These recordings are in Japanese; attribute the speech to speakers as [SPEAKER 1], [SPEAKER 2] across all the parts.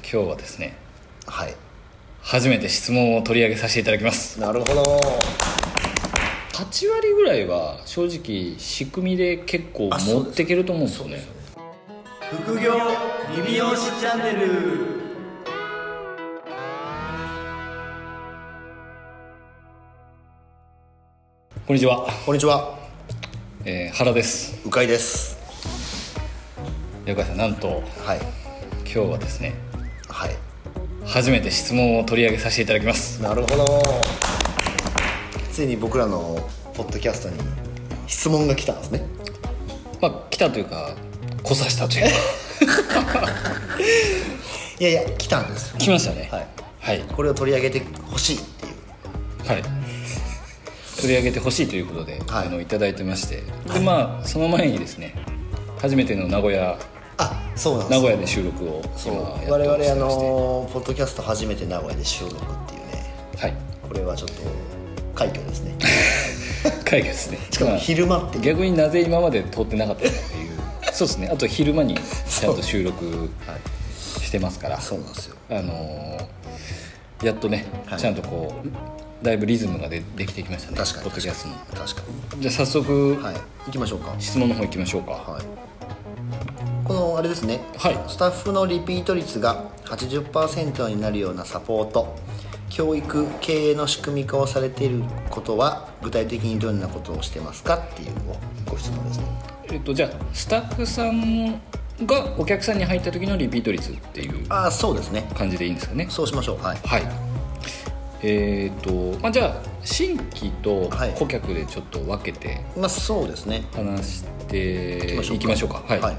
[SPEAKER 1] 今日はですね
[SPEAKER 2] はい
[SPEAKER 1] 初めて質問を取り上げさせていただきます
[SPEAKER 2] なるほど
[SPEAKER 1] 8割ぐらいは正直仕組みで結構
[SPEAKER 2] あそう
[SPEAKER 1] 持
[SPEAKER 2] です
[SPEAKER 1] っていけると思うんですよね
[SPEAKER 2] 副業リビオシチャンネル
[SPEAKER 1] こんにちは、
[SPEAKER 2] こんにちは
[SPEAKER 1] えー原です
[SPEAKER 2] うかいです
[SPEAKER 1] 横井さんなんと
[SPEAKER 2] はい
[SPEAKER 1] 今日はですね
[SPEAKER 2] はい
[SPEAKER 1] 初めて質問を取り上げさせていただきます
[SPEAKER 2] なるほどついに僕らのポッドキャストに質問が来たんですね
[SPEAKER 1] まあ来たというか来さしたと いうか
[SPEAKER 2] いやいや来たんです
[SPEAKER 1] 来ましたね
[SPEAKER 2] はい
[SPEAKER 1] はい
[SPEAKER 2] これを取り上げてほしいっていう
[SPEAKER 1] はい、取り上げてほしいということで、
[SPEAKER 2] はい
[SPEAKER 1] あのいただいてましてでまあその前にですね初めての名古屋
[SPEAKER 2] あそうなんで
[SPEAKER 1] 名
[SPEAKER 2] す
[SPEAKER 1] 古屋で収録を
[SPEAKER 2] そう
[SPEAKER 1] 今やってお
[SPEAKER 2] 我
[SPEAKER 1] りまして
[SPEAKER 2] 々あのポッドキャスト初めて名古屋で収録っていうね
[SPEAKER 1] はい
[SPEAKER 2] これはちょっと快挙です ね
[SPEAKER 1] 会議ですね
[SPEAKER 2] しかも
[SPEAKER 1] まあ
[SPEAKER 2] 昼間って
[SPEAKER 1] 逆になぜ今まで通ってなかったのかっていうそうですねあと昼間にちゃんと収録してますから
[SPEAKER 2] そうなんですよ
[SPEAKER 1] あのーやっとね、
[SPEAKER 2] はい
[SPEAKER 1] ちゃんとこうだいぶリズムがでできてきましたね
[SPEAKER 2] 確かに
[SPEAKER 1] ポッドキャストも
[SPEAKER 2] 確か
[SPEAKER 1] じゃあ早速、
[SPEAKER 2] にはい行きましょうか
[SPEAKER 1] 質問の方行きましょうか
[SPEAKER 2] はい、このあれですね、
[SPEAKER 1] はい
[SPEAKER 2] スタッフのリピート率が80%になるようなサポート教育経営の仕組み化をされていることは具体的にどんなことをしてますかっていうご質問ですね
[SPEAKER 1] えっと、じゃあスタッフさんがお客さんに入った時のリピート率っていう
[SPEAKER 2] ああそうですね
[SPEAKER 1] 感じでいいんですかね
[SPEAKER 2] そうしましょうはい
[SPEAKER 1] はいえっと、まあ、じゃあ新規と
[SPEAKER 2] はい
[SPEAKER 1] 顧客でちょっと分けて
[SPEAKER 2] まあそうですね
[SPEAKER 1] 話して
[SPEAKER 2] 行
[SPEAKER 1] いきましょうかはい、
[SPEAKER 2] はい、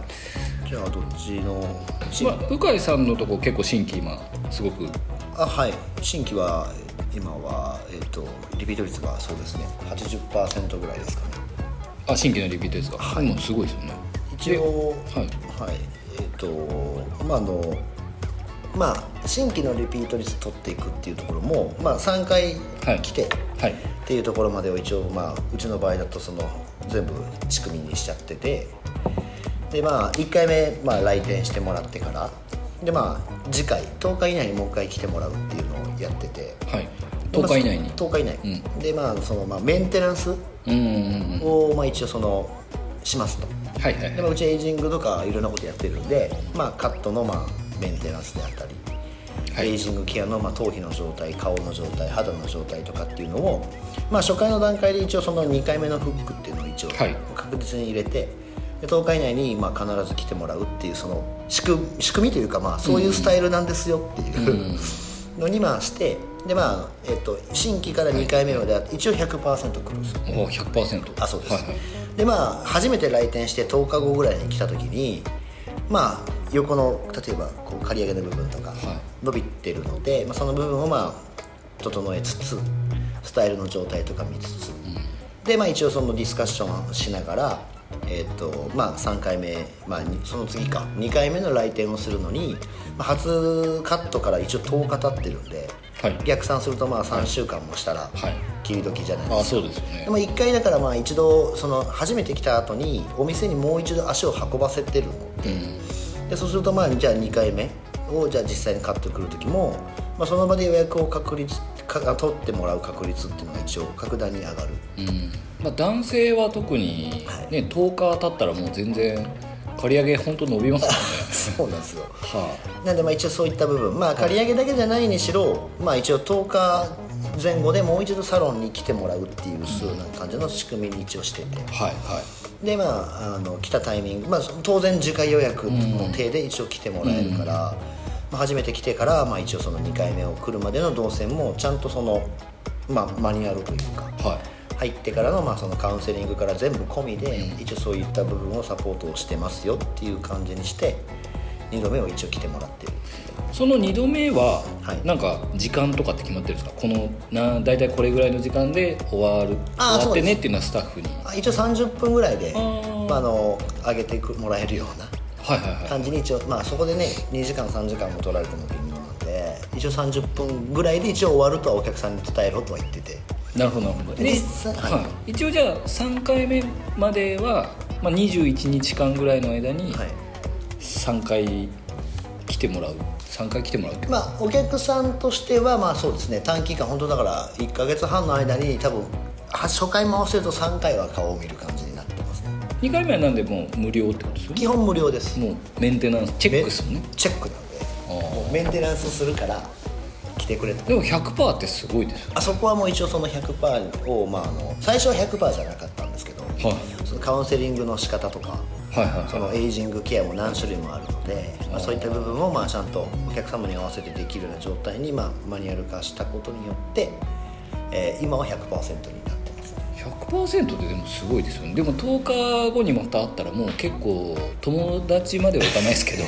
[SPEAKER 2] じゃあどっちの新
[SPEAKER 1] まあ、鵜飼さんのとこ結構新規今すごく
[SPEAKER 2] あはい新規は今はえっ、とリピート率がそうですね80%ぐらいですかね
[SPEAKER 1] あ新規のリピートですか、はい、もうすごいですよね
[SPEAKER 2] 一応
[SPEAKER 1] ではい
[SPEAKER 2] はいえっ、とまああのまあ新規のリピート率取っていくっていうところも、まあ、3回
[SPEAKER 1] はい
[SPEAKER 2] 来て、
[SPEAKER 1] はい
[SPEAKER 2] っていうところまでを一応、まあ、うちの場合だとその全部仕組みにしちゃっててでまあ1回目、まあ、来店してもらってからでまあ次回10日以内にもう1回来てもらうっていうのをやってて
[SPEAKER 1] はい10日以内に
[SPEAKER 2] 10日以内、でまあその、まあ、メンテナンス
[SPEAKER 1] うんうんうん
[SPEAKER 2] を、まあ、一応そのしますと
[SPEAKER 1] はいはい
[SPEAKER 2] で
[SPEAKER 1] は
[SPEAKER 2] も
[SPEAKER 1] いう
[SPEAKER 2] ちエイジングとかいろんなことやってるんで、まあ、カットのまあメンテナンスであったり、
[SPEAKER 1] はい
[SPEAKER 2] エイジングケアのまあ頭皮の状態顔の状態肌の状態とかっていうのを、まあ、初回の段階で一応その2回目のフックっていうのを一応
[SPEAKER 1] はい
[SPEAKER 2] 確実に入れて、で10日以内にまあ必ず来てもらうっていうその仕組仕組みというかまあそういうスタイルなんですよっていう、のにまあしてでまあ、えっと新規から2回目まであって一応100%来るんですよ
[SPEAKER 1] お100%
[SPEAKER 2] あそうです、
[SPEAKER 1] はいはい
[SPEAKER 2] でまあ初めて来店して10日後ぐらいに来た時にまあ横の例えばこう刈り上げの部分とか伸びてるので、まあ、その部分をまあ整えつつスタイルの状態とか見つつ、でまあ一応そのディスカッションしながらえっとまあ、3回目、まあ、にその次か2回目の来店をするのに、まあ、初カットから一応10日経ってるんで、
[SPEAKER 1] はい
[SPEAKER 2] 逆算するとまあ3週間もしたら
[SPEAKER 1] はい
[SPEAKER 2] 切り時じゃないですか、
[SPEAKER 1] あそうですよね
[SPEAKER 2] でも1回だからまあ一度その初めて来た後にお店にもう一度足を運ばせてるので,、でそうするとまあじゃあ2回目をじゃあ実際に買ってくる時も、まあ、その場で予約を確率か取ってもらう確率っていうのが一応格段に上がる
[SPEAKER 1] うんまあ、男性は特に、ね10日経ったらもう全然刈り上げ本当伸びますよね
[SPEAKER 2] そうなんですよ
[SPEAKER 1] は
[SPEAKER 2] なんでまあ一応そういった部分まあ借り上げだけじゃないにしろ、まあ、一応10日前後でもう一度サロンに来てもらうっていうそうな感じの仕組みに一応してて、
[SPEAKER 1] いはいはい
[SPEAKER 2] でまああの来たタイミング、まあ、そ当然次回予約の手で一応来てもらえるから、まあ、初めて来てから、まあ、一応その2回目を来るまでの動線もちゃんとその、まあ、マニュアルというか
[SPEAKER 1] は
[SPEAKER 2] 入ってからの,、まあそのカウンセリングから全部込みで、一応そういった部分をサポートをしてますよっていう感じにして2度目を一応来てもらってる
[SPEAKER 1] いその2度目は、
[SPEAKER 2] はい
[SPEAKER 1] なんか時間とかって決まってるんですかこのな大体これぐらいの時間で終わる
[SPEAKER 2] あ
[SPEAKER 1] 終わっ
[SPEAKER 2] ー
[SPEAKER 1] て
[SPEAKER 2] そうで
[SPEAKER 1] ね
[SPEAKER 2] す
[SPEAKER 1] っていうのはスタッフに
[SPEAKER 2] あ一応30分ぐらいで
[SPEAKER 1] あー
[SPEAKER 2] まあ、あの上げてくもらえるような。
[SPEAKER 1] はいはいはい
[SPEAKER 2] 感じに一応まあそこでね2時間3時間も取られても微妙なんで一応30分ぐらいで一応終わるとはお客さんに伝えろとは言ってて
[SPEAKER 1] なるほどなるほど
[SPEAKER 2] で
[SPEAKER 1] で
[SPEAKER 2] 実際はい
[SPEAKER 1] はい、一応じゃあ3回目までは、まあ、21日間ぐらいの間に
[SPEAKER 2] はい
[SPEAKER 1] 3回来来てもらう3回来てもらうって
[SPEAKER 2] まあお客さんとしてはまあそうですね短期間本当だから1か月半の間に多分初回回せると3回は顔を見る感じになってますね
[SPEAKER 1] 2回目はなんでもう無料ってことですよね
[SPEAKER 2] 基本無料です
[SPEAKER 1] もうメンテナンスチェックですもんね
[SPEAKER 2] チェックなんでもうメンテナンスするから来てくれと
[SPEAKER 1] でも100%ってすごいですよ
[SPEAKER 2] あそこはもう一応その100%を、まあ、あの最初は100%じゃなかったんですけど、
[SPEAKER 1] い
[SPEAKER 2] そのカウンセリングの仕方とか
[SPEAKER 1] はいはいはい
[SPEAKER 2] そのエイジングケアも何種類もあるので、まあ、そういった部分をまあちゃんとお客様に合わせてできるような状態にまあマニュアル化したことによって、えー今は100%になってますね
[SPEAKER 1] 100%ででもすごいですよねでも10日後にまた会ったらもう結構友達まではいかないですけ ど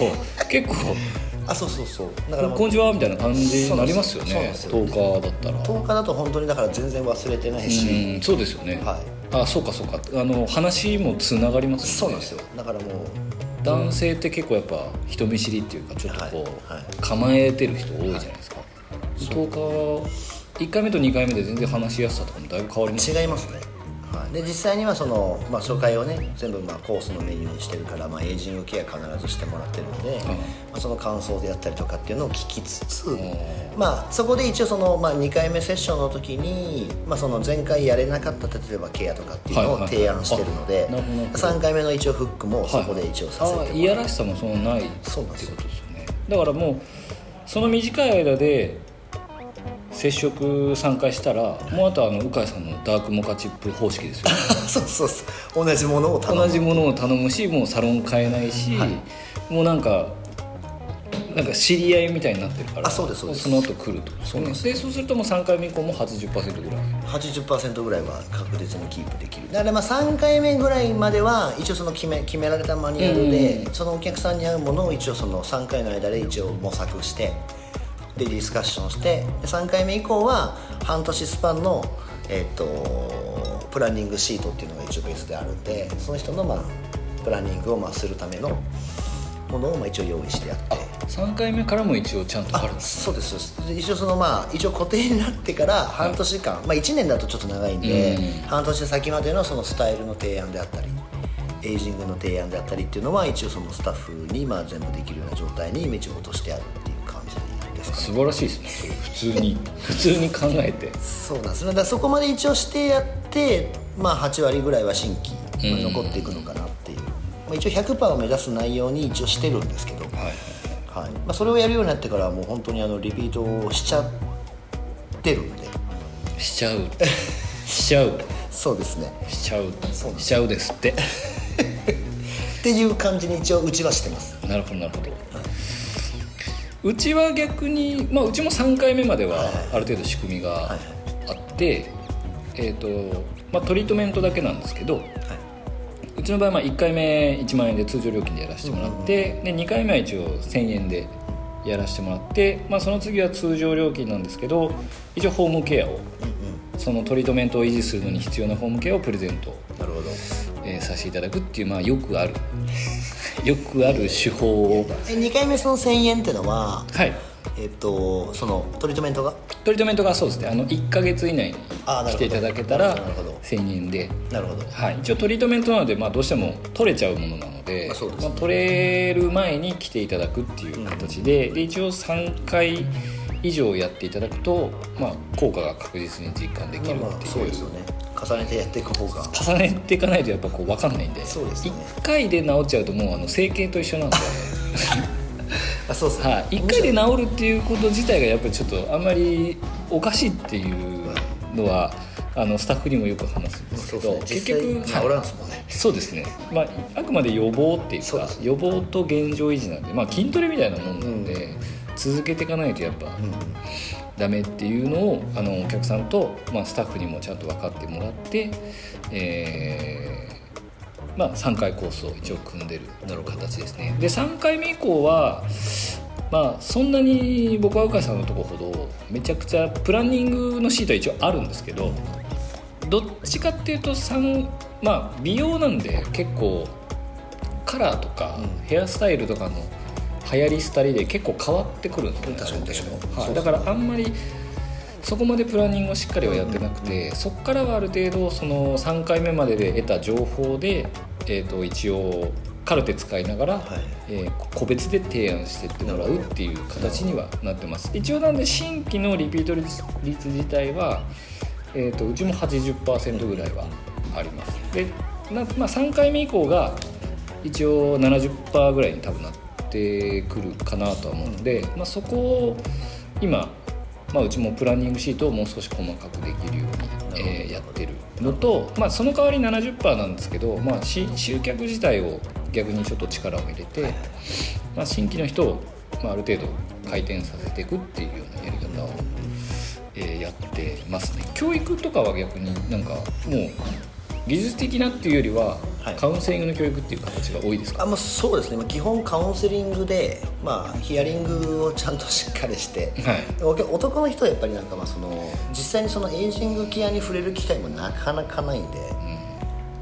[SPEAKER 1] 結構
[SPEAKER 2] あそうそうそうだか
[SPEAKER 1] 「
[SPEAKER 2] らもう
[SPEAKER 1] こんにちは」みたいな感じになりますよ
[SPEAKER 2] そうなん
[SPEAKER 1] ね
[SPEAKER 2] ですよ
[SPEAKER 1] 10日だったら
[SPEAKER 2] 10日だと本当にだから全然忘れてないし、
[SPEAKER 1] うんそうですよね、
[SPEAKER 2] はい
[SPEAKER 1] あそうかそうかあの話もつながりますよね
[SPEAKER 2] そうなんですよだからもう
[SPEAKER 1] 男性って結構やっぱ人見知りっていうかちょっとこう、
[SPEAKER 2] はいはい
[SPEAKER 1] 構えてる人多いじゃないですか、10日1回目と2回目で全然話しやすさとかもだいぶ変わりますね
[SPEAKER 2] 違いますね、はい、で実際にはその、まあ、初回をね全部まあコースのメニューにしてるから、まあ、エイジングケア必ずしてもらってるので、まあ、その感想であったりとかっていうのを聞きつつ、まあ、そこで一応その、まあ、2回目セッションの時に、まあ、その前回やれなかった例えばケアとかっていうの
[SPEAKER 1] はい
[SPEAKER 2] を
[SPEAKER 1] はい
[SPEAKER 2] 提案してるので、
[SPEAKER 1] あなるほどなるほど
[SPEAKER 2] 3回目の一応フックもそこで一応させてもら
[SPEAKER 1] あ
[SPEAKER 2] う、
[SPEAKER 1] いやらしさもそんなないってこと
[SPEAKER 2] そうなん
[SPEAKER 1] で
[SPEAKER 2] で
[SPEAKER 1] すす
[SPEAKER 2] よ
[SPEAKER 1] よねだからもうその短い間で接触3回したら、もうあとはあの鵜飼さんのダークモカチップ方式です よね
[SPEAKER 2] そうそうそう同じものを頼む
[SPEAKER 1] 同じものを頼むしもうサロン買えないし、もうなんかなんか知り合いみたいになってるから
[SPEAKER 2] あそうですそうです
[SPEAKER 1] の後来るってことですよねでそうするともう3回目以降も80%ぐらい
[SPEAKER 2] 80%ぐらいは確実にキープできるだからまあ3回目ぐらいまでは一応その決め決められたマニュアルで、そのお客さんに合うものを一応その3回の間で一応模索してでディスカッションしてで3回目以降は半年スパンのえっとプランニングシートっていうのが一応ベースであるんでその人のまあプランニングをまあするためのものをまあ一応用意してやって
[SPEAKER 1] 3回目からも一応ちゃんとあるんです
[SPEAKER 2] そうですそうですで一応そのまあ一応固定になってから半年間、まあ1年だとちょっと長いんで、
[SPEAKER 1] うん
[SPEAKER 2] 半年先までのそのスタイルの提案であったりエイジングの提案であったりっていうのは一応そのスタッフにまあ全部できるような状態に一応落としてあるっていう感じですかね
[SPEAKER 1] 素晴らしいですねそれ普通に普通に考えて
[SPEAKER 2] そうなんですねだからそこまで一応してやってまあ8割ぐらいは新規、まあ残っていくのかなっていう、まあ、一応100%を目指す内容に一応してるんですけど、
[SPEAKER 1] はい
[SPEAKER 2] はいまあ、それをやるようになってからはもう本当にあのリピートをしちゃってるんで
[SPEAKER 1] しちゃうしちゃう
[SPEAKER 2] そうですね
[SPEAKER 1] しちゃう
[SPEAKER 2] そうなんです
[SPEAKER 1] しちゃうですって
[SPEAKER 2] っていう感じに一応うちはしてます
[SPEAKER 1] なるほどなるほどうちは逆に、まあ、うちも3回目まではある程度仕組みがあって、えーとまあ、トリートメントだけなんですけどうちの場合は1回目1万円で通常料金でやらせてもらって、で2回目は一応1000円でやらせてもらって、まあ、その次は通常料金なんですけど一応ホームケアをそのトリートメントを維持するのに必要なホームケアをプレゼント
[SPEAKER 2] なるほど
[SPEAKER 1] えーさせていただくっていう、まあ、よくある よくある手法を
[SPEAKER 2] え2回目その1000円ってのは
[SPEAKER 1] はい
[SPEAKER 2] えっとそのトリートメントが
[SPEAKER 1] トリートメントがそうですねあの1か月以内に
[SPEAKER 2] あーな
[SPEAKER 1] 来
[SPEAKER 2] るほど
[SPEAKER 1] ていただけた
[SPEAKER 2] な
[SPEAKER 1] ら
[SPEAKER 2] るほど
[SPEAKER 1] 1000円で、
[SPEAKER 2] なるほど
[SPEAKER 1] はい、一応トリートメントなので、まあ、どうしても取れちゃうものなので,、
[SPEAKER 2] まあそうですね
[SPEAKER 1] 取れる前に来ていただくっていう形で,、で一応3回以上やっていただくと、まあ、効果が確実に実感できるっていう,、
[SPEAKER 2] まあまあそうですよね重ねてやっていく方が
[SPEAKER 1] 重ねていかないとやっぱこう分かんないんで
[SPEAKER 2] そうで
[SPEAKER 1] 一
[SPEAKER 2] すよね
[SPEAKER 1] 1回で治っちゃうともうあの整形と一緒なんで。
[SPEAKER 2] あそうです
[SPEAKER 1] はい、1回で治るっていうこと自体がやっぱりちょっとあんまりおかしいっていうのはあのスタッフにもよく話すんですけ
[SPEAKER 2] そうです
[SPEAKER 1] ど、
[SPEAKER 2] ね
[SPEAKER 1] 結
[SPEAKER 2] 実際
[SPEAKER 1] 局、
[SPEAKER 2] 治
[SPEAKER 1] は
[SPEAKER 2] ら
[SPEAKER 1] い
[SPEAKER 2] んすもんね
[SPEAKER 1] そうですね、まあ、あくまで予防っていう
[SPEAKER 2] そうで
[SPEAKER 1] か
[SPEAKER 2] す
[SPEAKER 1] 予防と現状維持なんで、まあ、筋トレみたいなもんなんで、続けていかないとやっぱダメっていうのをあのお客さんと、まあ、スタッフにもちゃんと分かってもらって、えーまあ、3回コースを一応組んでる形ですね。で3回目以降はまあそんなに僕は鵜飼さんのとこほどめちゃくちゃプランニングのシートは一応あるんですけどどっちかっていうと3まあ美容なんで結構カラーとかヘアスタイルとかの流行り廃りで結構変わってくるんですよね
[SPEAKER 2] 確か
[SPEAKER 1] あ
[SPEAKER 2] に
[SPEAKER 1] る程度
[SPEAKER 2] 確
[SPEAKER 1] は
[SPEAKER 2] かに
[SPEAKER 1] い
[SPEAKER 2] そうで
[SPEAKER 1] だ
[SPEAKER 2] す
[SPEAKER 1] か
[SPEAKER 2] ね
[SPEAKER 1] らあんまりそこまでプランニングをしっかりはやってなくて、そこからはある程度その3回目までで得た情報で、えー、と一応カルテ使いながら、
[SPEAKER 2] はい
[SPEAKER 1] えー個別で提案してってもらうっていう形にはなってます一応なんで新規のリピート率率自体は、えー、とうちも80%ぐらいはありますでな、まあ、3回目以降が一応70%ぐらいに多分なってくるかなとは思うので、まあ、そこを今、まあ、うちもプランニングシートをもう少し細かくできるよう
[SPEAKER 2] なるほど
[SPEAKER 1] に、えーやってるのと、まあ、その代わり70%なんですけど、まあ、し集客自体を逆にちょっと力を入れて、まあ、新規の人を、まあ、ある程度回転させていくっていうようなやり方を、えーやってますね教育とかは逆になんかもう技術的なっていうよりは、
[SPEAKER 2] はい
[SPEAKER 1] カウンセリングの教育っていう形が多いですか
[SPEAKER 2] あまあ、そうですね、まあ基本カウンセリングで、まあ、ヒアリングをちゃんとしっかりして、
[SPEAKER 1] はい
[SPEAKER 2] お男の人はやっぱりなんかまあその実際にそのエイジングケアに触れる機会もなかなかないんで,、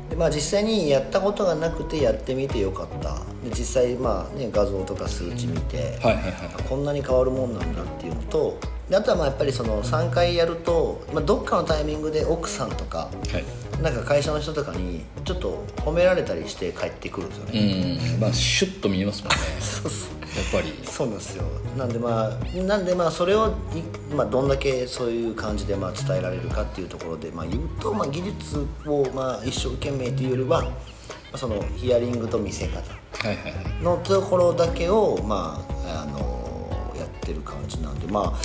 [SPEAKER 2] でまあ、実際にやったことがなくてやってみてよかったで実際まあ、ね、画像とか数値見て、
[SPEAKER 1] はいはいはい
[SPEAKER 2] こんなに変わるもんなんだっていうのとであとはまあやっぱりその3回やると、まあ、どっかのタイミングで奥さんとか
[SPEAKER 1] はい
[SPEAKER 2] なんか会社の人とかにちょっと褒められたりして帰ってくるんですよね、
[SPEAKER 1] うんまあシュッと見えますもんね
[SPEAKER 2] そうそう
[SPEAKER 1] やっぱり
[SPEAKER 2] そうなんですよなんでまあなんでまあそれをい、まあ、どんだけそういう感じでまあ伝えられるかっていうところで、まあ、言うと、まあ、技術をまあ一生懸命というよりはまあそのヒアリングと見せ方
[SPEAKER 1] はいはいはい
[SPEAKER 2] のところだけをまああのやってる感じなんでまあ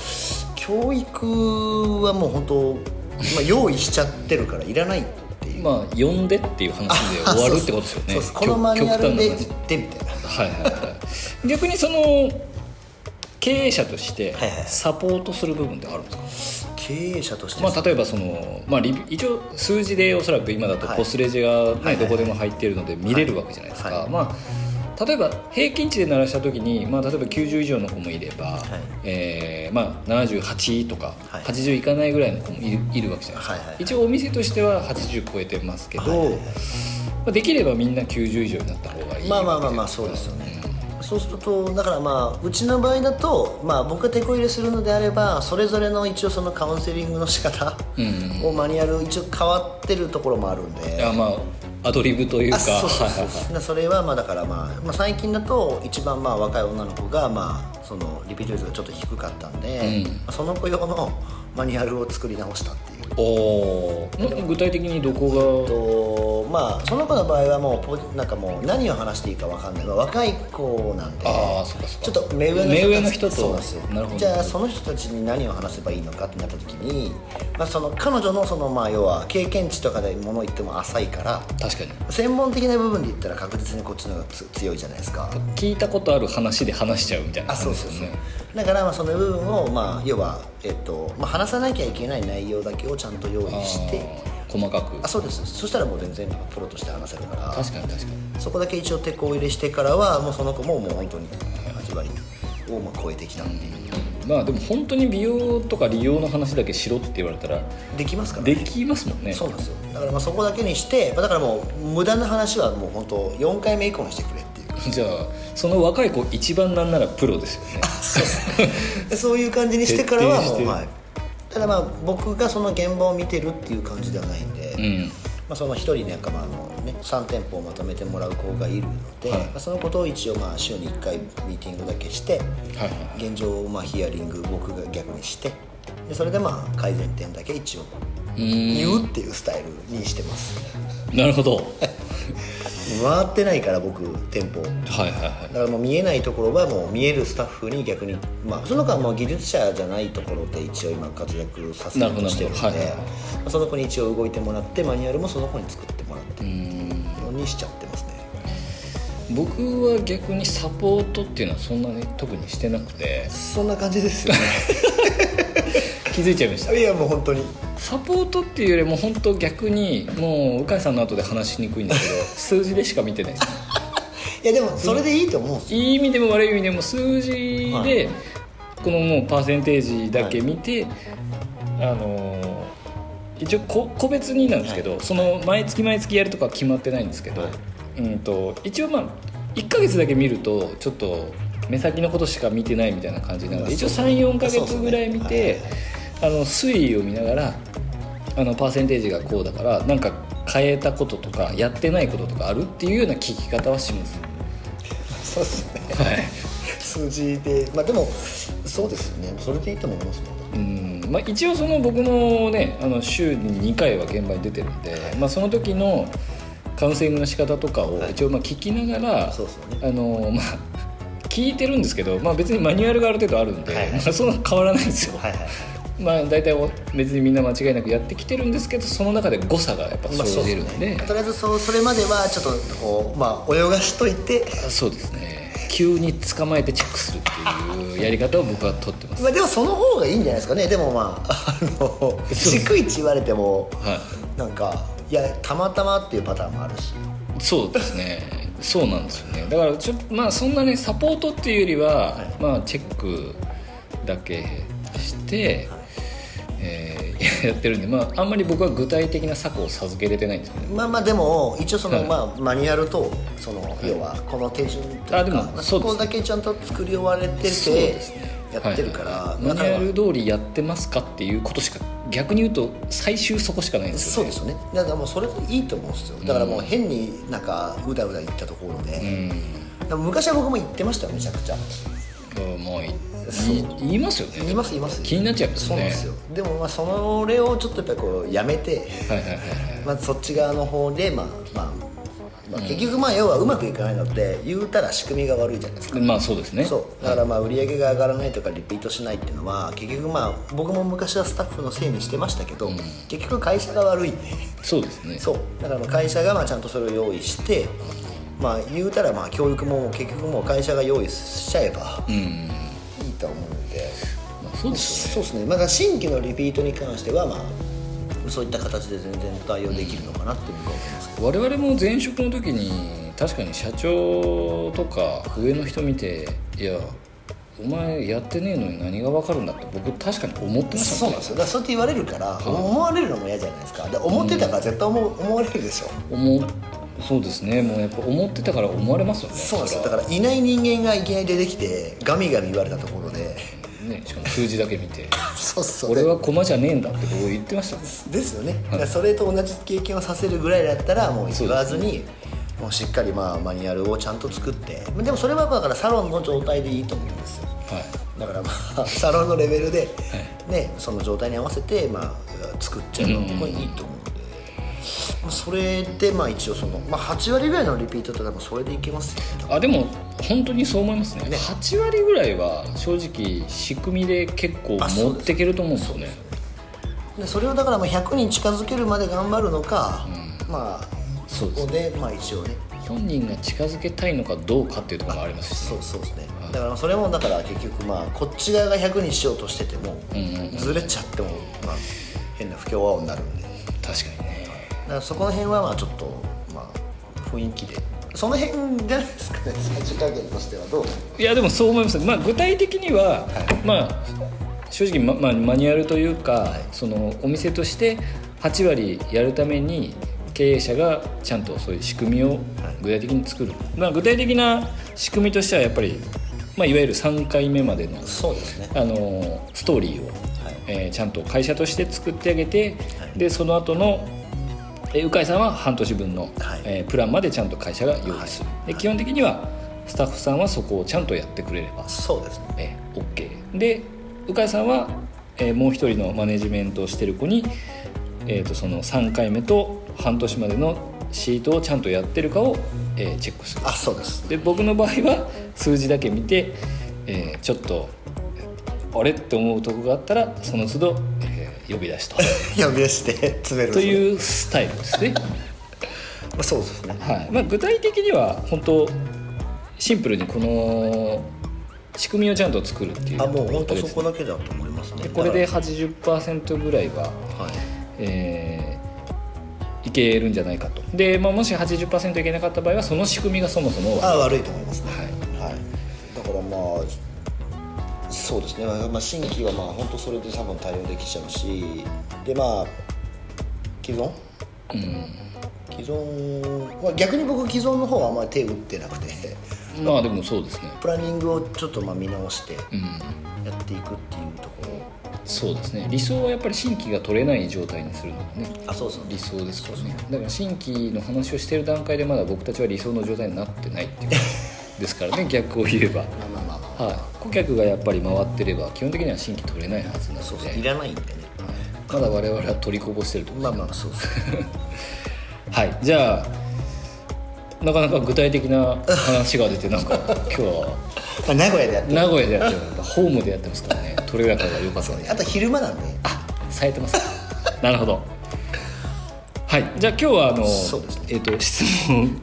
[SPEAKER 2] 教育はもう本当、まあ、用意しちゃってるからいらない っていう。
[SPEAKER 1] まあ呼んでっていう話で終わるってことですよね
[SPEAKER 2] そうそうこのマニュアルで行ってみたいな
[SPEAKER 1] はいはいはい逆にその経営者として
[SPEAKER 2] はいはい
[SPEAKER 1] サポートする部分ってあるんですか、
[SPEAKER 2] 経営者として
[SPEAKER 1] まあ、例えばその、まあ、リ一応数字でおそらく今だと
[SPEAKER 2] はい
[SPEAKER 1] ポスレジが、ね
[SPEAKER 2] はいはい
[SPEAKER 1] どこでも入っているので見れるわけじゃないですか、
[SPEAKER 2] はい
[SPEAKER 1] まあ、例えば平均値で鳴らした時に、まあ、例えば90以上の子もいれば、えーまあ、78とか
[SPEAKER 2] はい
[SPEAKER 1] 80いかないぐらいの子もいるいるわけじゃないですか、
[SPEAKER 2] はいはいはい
[SPEAKER 1] 一応お店としては80超えてますけど、
[SPEAKER 2] はいはいはい
[SPEAKER 1] まあ、できればみんな90以上になった方がいい
[SPEAKER 2] まあまあまあまあそうですよね、そうするとだからまあうちの場合だと、まあ、僕が手こ入れするのであればそれぞれの一応そのカウンセリングの仕方
[SPEAKER 1] うんうん
[SPEAKER 2] をマニュアル一応変わってるところもあるん
[SPEAKER 1] い
[SPEAKER 2] で、
[SPEAKER 1] やまあアドリブというか
[SPEAKER 2] あそうそ
[SPEAKER 1] は
[SPEAKER 2] う
[SPEAKER 1] い
[SPEAKER 2] そう
[SPEAKER 1] はい
[SPEAKER 2] そうなそれはまあだから、まあ、まあ最近だと一番まあ若い女の子がまあそのリピート率がちょっと低かったんで、
[SPEAKER 1] うん
[SPEAKER 2] まあその子用のマニュアルを作り直したっていう
[SPEAKER 1] おおーん具体的にどこが
[SPEAKER 2] とまあその子の場合はもうポなんかもう何を話していいかわかんない、まあ、若い子なんで
[SPEAKER 1] ああそっかそっか
[SPEAKER 2] ちょっと目上の
[SPEAKER 1] 目上の人と
[SPEAKER 2] 人たちそうなんですよ
[SPEAKER 1] なるほど
[SPEAKER 2] じゃあその人たちに何を話せばいいのかってなった時に、まあ、その彼女のそのまあ要は経験値とかで物言っても浅いから
[SPEAKER 1] 確かに
[SPEAKER 2] 専門的な部分で言ったら確実にこっちの方がつ強いじゃないですか
[SPEAKER 1] 聞いたことある話で話しちゃうみたいな
[SPEAKER 2] あそ
[SPEAKER 1] 感
[SPEAKER 2] う
[SPEAKER 1] じ
[SPEAKER 2] そう
[SPEAKER 1] です
[SPEAKER 2] そう、
[SPEAKER 1] よね
[SPEAKER 2] だからまあその部分をまあ要は、えっとまあ、話さなきゃいけない内容だけをちゃんと用意して
[SPEAKER 1] あー細かく
[SPEAKER 2] あそうですそしたらもう全然プロとして話せるから
[SPEAKER 1] 確かに確かに
[SPEAKER 2] そこだけ一応手こ入れしてからはもうその子ももう本当に8割をまあ超えてきたっていう、
[SPEAKER 1] まあでも本当に美容とか利用の話だけしろって言われたら
[SPEAKER 2] できますからね
[SPEAKER 1] できますもんね
[SPEAKER 2] そうなんですよだからまあそこだけにしてまあだからもう無駄な話はもう本当4回目以降にしてくれっていう
[SPEAKER 1] じゃあその若い子一番なんならプロですよね
[SPEAKER 2] そういう感じにしてからは
[SPEAKER 1] 徹底し
[SPEAKER 2] も
[SPEAKER 1] て
[SPEAKER 2] う、はい、ただまあ僕がその現場を見てるっていう感じではないんで、
[SPEAKER 1] う
[SPEAKER 2] ま
[SPEAKER 1] ん
[SPEAKER 2] あ、その1人なんかまああの、ね、3店舗をまとめてもらう子がいるので、
[SPEAKER 1] はい
[SPEAKER 2] まあ、そのことを一応まあ週に1回ミーティングだけして
[SPEAKER 1] はいはいはい
[SPEAKER 2] 現状をまあヒアリング僕が逆にしてでそれでまあ改善点だけ一応
[SPEAKER 1] うーん
[SPEAKER 2] 言うっていうスタイルにしてます、
[SPEAKER 1] なるほど
[SPEAKER 2] 回ってないから僕店舗
[SPEAKER 1] はいはいはい
[SPEAKER 2] だからもう見えないところはもう見えるスタッフに逆にまあその子はもう技術者じゃないところで一応今活躍させようとしてるので、
[SPEAKER 1] なるほどなるほど
[SPEAKER 2] まあその子に一応動いてもらってマニュアルもその子に作ってもらってるのにしちゃってますね
[SPEAKER 1] 僕は逆にサポートっていうのはそんなに特にしてなくて
[SPEAKER 2] そんな感じですよね
[SPEAKER 1] 気づいちゃいました
[SPEAKER 2] いやもう本当に
[SPEAKER 1] サポートっていうよりも本当逆にもう鵜飼さんの後で話しにくいんだけど数字でしか見てないです
[SPEAKER 2] いやでもそれでいいと思うんですよ
[SPEAKER 1] いい意味でも悪い意味でも数字で、
[SPEAKER 2] はい
[SPEAKER 1] このもうパーセンテージだけ見て、あのー一応こ個別になんですけど、
[SPEAKER 2] はい
[SPEAKER 1] その毎月毎月やるとかは決まってないんですけど、
[SPEAKER 2] はい
[SPEAKER 1] うんと一応まあ1ヶ月だけ見るとちょっと目先のことしか見てないみたいな感じなの
[SPEAKER 2] まあ
[SPEAKER 1] で一応
[SPEAKER 2] そうですね
[SPEAKER 1] 34ヶ月ぐらい見て、あの推移を見ながらあのパーセンテージがこうだからなんか変えたこととかやってないこととかあるっていうような聞き方はします。
[SPEAKER 2] そうですね、
[SPEAKER 1] はい
[SPEAKER 2] 数字でまあでもそうですよねそれでいいと思いますもんね
[SPEAKER 1] うんまあ、一応その僕のねあの週に2回は現場に出てるんで、まあ、その時のカウンセリングの仕方とかを
[SPEAKER 2] はい
[SPEAKER 1] 一応まあ聞きながら、
[SPEAKER 2] そうですよね
[SPEAKER 1] あのまあ聞いてるんですけど、まあ、別にマニュアルがある程度あるんで、
[SPEAKER 2] はいはい
[SPEAKER 1] まあ、そんな変わらないんですよ、
[SPEAKER 2] はいはい
[SPEAKER 1] まあ、大体お別にみんな間違いなくやってきてるんですけどその中で誤差がやっぱ
[SPEAKER 2] まあ
[SPEAKER 1] 生
[SPEAKER 2] そう
[SPEAKER 1] じ
[SPEAKER 2] で
[SPEAKER 1] るん
[SPEAKER 2] す
[SPEAKER 1] で、
[SPEAKER 2] ねとりあえずそうそれまではちょっとこうまあ泳がしといて
[SPEAKER 1] そうですね急に捕まえてチェックするっていうやり方を僕は取ってます、
[SPEAKER 2] まあでもその方がいいんじゃないですかねでもまああの
[SPEAKER 1] すね
[SPEAKER 2] 逐一言われても
[SPEAKER 1] は
[SPEAKER 2] なんかいやたまたまっていうパターンもあるし
[SPEAKER 1] い、そうですねそうなんですよねだからちょっとまあそんなねサポートっていうよりは、
[SPEAKER 2] はい
[SPEAKER 1] まあチェックだけして、
[SPEAKER 2] はい
[SPEAKER 1] えーやってるんで、まあ、あんまり僕は具体的な策を授けれてないんですよね
[SPEAKER 2] まあまあでも一応その、
[SPEAKER 1] はい
[SPEAKER 2] まあ、マニュアルとその、要はこの手順というか
[SPEAKER 1] あでも
[SPEAKER 2] まあ
[SPEAKER 1] そ
[SPEAKER 2] そう
[SPEAKER 1] です
[SPEAKER 2] こだけちゃんと作り終われて
[SPEAKER 1] そう
[SPEAKER 2] て
[SPEAKER 1] ですね
[SPEAKER 2] やってるから、
[SPEAKER 1] はい
[SPEAKER 2] だ
[SPEAKER 1] マニ
[SPEAKER 2] から
[SPEAKER 1] ュアル通りやってますかっていうことしか逆に言うと最終そこしかないんです
[SPEAKER 2] そう
[SPEAKER 1] よ
[SPEAKER 2] で
[SPEAKER 1] ね
[SPEAKER 2] すよねだからもうそれでいいと思うんですよだからもう変になんかうだうだ言ったところで、でも昔は僕も言ってましたよめちゃくちゃ
[SPEAKER 1] うんもうい
[SPEAKER 2] そう
[SPEAKER 1] い言いますよね
[SPEAKER 2] 言います言います
[SPEAKER 1] 気になっちゃいますね
[SPEAKER 2] そうなんですよでもまあそれをちょっとやっぱりこうやめて
[SPEAKER 1] はいはいはいはい
[SPEAKER 2] まあ、そっち側の方で、まあまあまあ、結局まあ要はうまくいかないのって言うたら仕組みが悪いじゃないですか、
[SPEAKER 1] まあそうですね
[SPEAKER 2] そうだからまあ売り上げが上がらないとかリピートしないっていうのは結局まあ僕も昔はスタッフのせいにしてましたけど、結局会社が悪いんで
[SPEAKER 1] そうですね
[SPEAKER 2] そうだからまあ会社がまあちゃんとそれを用意してまあ言うたらまあ教育も結局もう会社が用意しちゃえば
[SPEAKER 1] うん
[SPEAKER 2] いいと思うんで、
[SPEAKER 1] まあそうですよね
[SPEAKER 2] そうですねまあだから新規のリピートに関してはまあそういった形で全然対応できるのかなっていうのは思います
[SPEAKER 1] 我々も前職の時に確かに社長とか上の人見ていやお前やってねえのに何が分かるんだって僕確かに思ってました
[SPEAKER 2] そ
[SPEAKER 1] も
[SPEAKER 2] う
[SPEAKER 1] ね
[SPEAKER 2] んなんですよだからそうやって言われるから、思われるのも嫌じゃないですかで思ってたから絶対思う思われるでしょ、
[SPEAKER 1] 思うそうですねもうやっぱ思ってたから思われますよね
[SPEAKER 2] そうなんですよ
[SPEAKER 1] そ
[SPEAKER 2] だ
[SPEAKER 1] れ
[SPEAKER 2] か
[SPEAKER 1] は
[SPEAKER 2] らいない人間がいきなり出てきてガミガミ言われたところで
[SPEAKER 1] ねしかも数字だけ見て
[SPEAKER 2] そうそう
[SPEAKER 1] 俺は駒じゃねえんだって僕言ってましたもん
[SPEAKER 2] ですよね、だからそれと同じ経験をさせるぐらいだったらもう言わずにもうしっかりまあマニュアルをちゃんと作ってでもそれはだからサロンの状態でいいと思うんですよ
[SPEAKER 1] はい
[SPEAKER 2] だからまあサロンのレベルで、ね、その状態に合わせて、まあ、作っちゃうのが僕はいいと思うので、まあ、それでまあ一応その、まあ、8割ぐらいのリピートって多分それでいけますよね
[SPEAKER 1] あでも本当にそう思いますね
[SPEAKER 2] ね
[SPEAKER 1] 8割ぐらいは正直仕組みで結構
[SPEAKER 2] あそう
[SPEAKER 1] 持
[SPEAKER 2] です
[SPEAKER 1] っていけると思うんですよね
[SPEAKER 2] でそれをだからまあ100に近づけるまで頑張るのか、まあそ
[SPEAKER 1] そうです
[SPEAKER 2] こでまあ一応ね
[SPEAKER 1] 本人が近づけたいのかどうかっていうところもありますし、
[SPEAKER 2] そうそうですねだからそれもだから結局まあこっち側が100にしようとしてても、ずれちゃっても、まあ、変な不協和音になるんで。
[SPEAKER 1] 確かにね
[SPEAKER 2] だからそこの辺はまあちょっとまあ雰囲気でその辺じゃないですかね最終加減としてはどう
[SPEAKER 1] いやでもそう思います、まあ、具体的には、まあ正直ま、まあ、マニュアルというか、そのお店として8割やるために経営者がちゃんとそういう仕組みを具体的に作る、まあ、具体的な仕組みとしてはやっぱり、まあ、いわゆる3回目までの
[SPEAKER 2] そうですね
[SPEAKER 1] あのストーリーを、
[SPEAKER 2] い
[SPEAKER 1] えーちゃんと会社として作ってあげて、でその後のえー鵜飼さんは半年分の、
[SPEAKER 2] はい
[SPEAKER 1] えープランまでちゃんと会社が用意する、で基本的にはスタッフさんはそこをちゃんとやってくれれば、
[SPEAKER 2] そうですね
[SPEAKER 1] えー、OK で鵜飼さんは、えーもう一人のマネジメントをしてる子に、えー、とその3回目と半年までのシートをちゃんとやってるかを、えーチェックする
[SPEAKER 2] あそうです
[SPEAKER 1] で僕の場合は数字だけ見て、えーちょっとあれって思うとこがあったらその都度、えー呼び出 しと
[SPEAKER 2] 呼び出して詰める
[SPEAKER 1] と
[SPEAKER 2] う、
[SPEAKER 1] いうスタイルです ね、
[SPEAKER 2] まあ、そうですね
[SPEAKER 1] はいまあ、具体的には本当シンプルにこの仕組みをちゃんと作るっていう
[SPEAKER 2] あもう本当
[SPEAKER 1] で
[SPEAKER 2] そ
[SPEAKER 1] す
[SPEAKER 2] こだけだと思いますね
[SPEAKER 1] でこれで
[SPEAKER 2] だか
[SPEAKER 1] 80%ぐらいは、
[SPEAKER 2] らはい
[SPEAKER 1] えーいけるんじゃないかとで、まあ、もし80%いけなかった場合はその仕組みがそもそも
[SPEAKER 2] あ悪いと思いますねはい、だからまあそうですね、まあ、新規はまあ本当それで多分対応できちゃうしでまあ既存既存、まあ、逆に僕既存の方はあんまり手打ってなくて
[SPEAKER 1] まあでもそうですね
[SPEAKER 2] プランニングをちょっとまあ見直して
[SPEAKER 1] うん
[SPEAKER 2] やっていくっていうところ、
[SPEAKER 1] そうですね理想はやっぱり新規が取れない状態にするのがね
[SPEAKER 2] あそうそう
[SPEAKER 1] 理想ですからねだから新規の話をしてる段階でまだ僕たちは理想の状態になってないっていうですから ね逆を言えば、
[SPEAKER 2] まあまあまあまあ、
[SPEAKER 1] はい、顧客がやっぱり回ってれば基本的には新規取れないはずな
[SPEAKER 2] そう
[SPEAKER 1] の
[SPEAKER 2] そうい
[SPEAKER 1] で
[SPEAKER 2] らないんでね
[SPEAKER 1] まだ我々は取りこぼしてると
[SPEAKER 2] まあまあそうそう
[SPEAKER 1] はいじゃあなかなか具体的な話が出てなんか今日は
[SPEAKER 2] まあ名古屋でやってる
[SPEAKER 1] 名古屋でやってるのかホームでやってますからね取れ高が良かったね
[SPEAKER 2] あと昼間なんであ
[SPEAKER 1] されて ますなるほどはいじゃあ今日はあの、
[SPEAKER 2] そうですね
[SPEAKER 1] えっ、と質問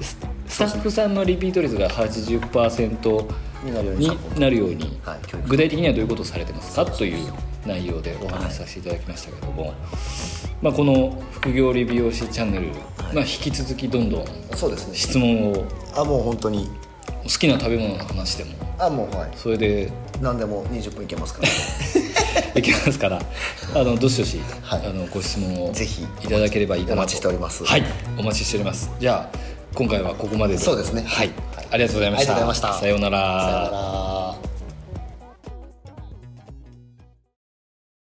[SPEAKER 1] ススタッフさんのリピート率が80%
[SPEAKER 2] になるように
[SPEAKER 1] になるように、
[SPEAKER 2] はい教育
[SPEAKER 1] 具体的にはどういうことをされてますかという内容でお話しさせていただきましたけども、まあ、この副業理美容師チャンネル、まあ、引き続きどんどん
[SPEAKER 2] そうですね
[SPEAKER 1] 質問を
[SPEAKER 2] あもう本当に
[SPEAKER 1] 好きな食べ物の話でも
[SPEAKER 2] あもうはい
[SPEAKER 1] それで
[SPEAKER 2] 何でも20分いけますから
[SPEAKER 1] できます からあのどしどし、
[SPEAKER 2] はい
[SPEAKER 1] あのご質問を
[SPEAKER 2] ぜひ
[SPEAKER 1] いただければいいかなと
[SPEAKER 2] お待ちしております
[SPEAKER 1] はいお待ちしておりますじゃあ今回はここまで
[SPEAKER 2] そうですね
[SPEAKER 1] はい、ありがとうございました
[SPEAKER 2] ありがとうございました
[SPEAKER 1] さようなら
[SPEAKER 2] さよなら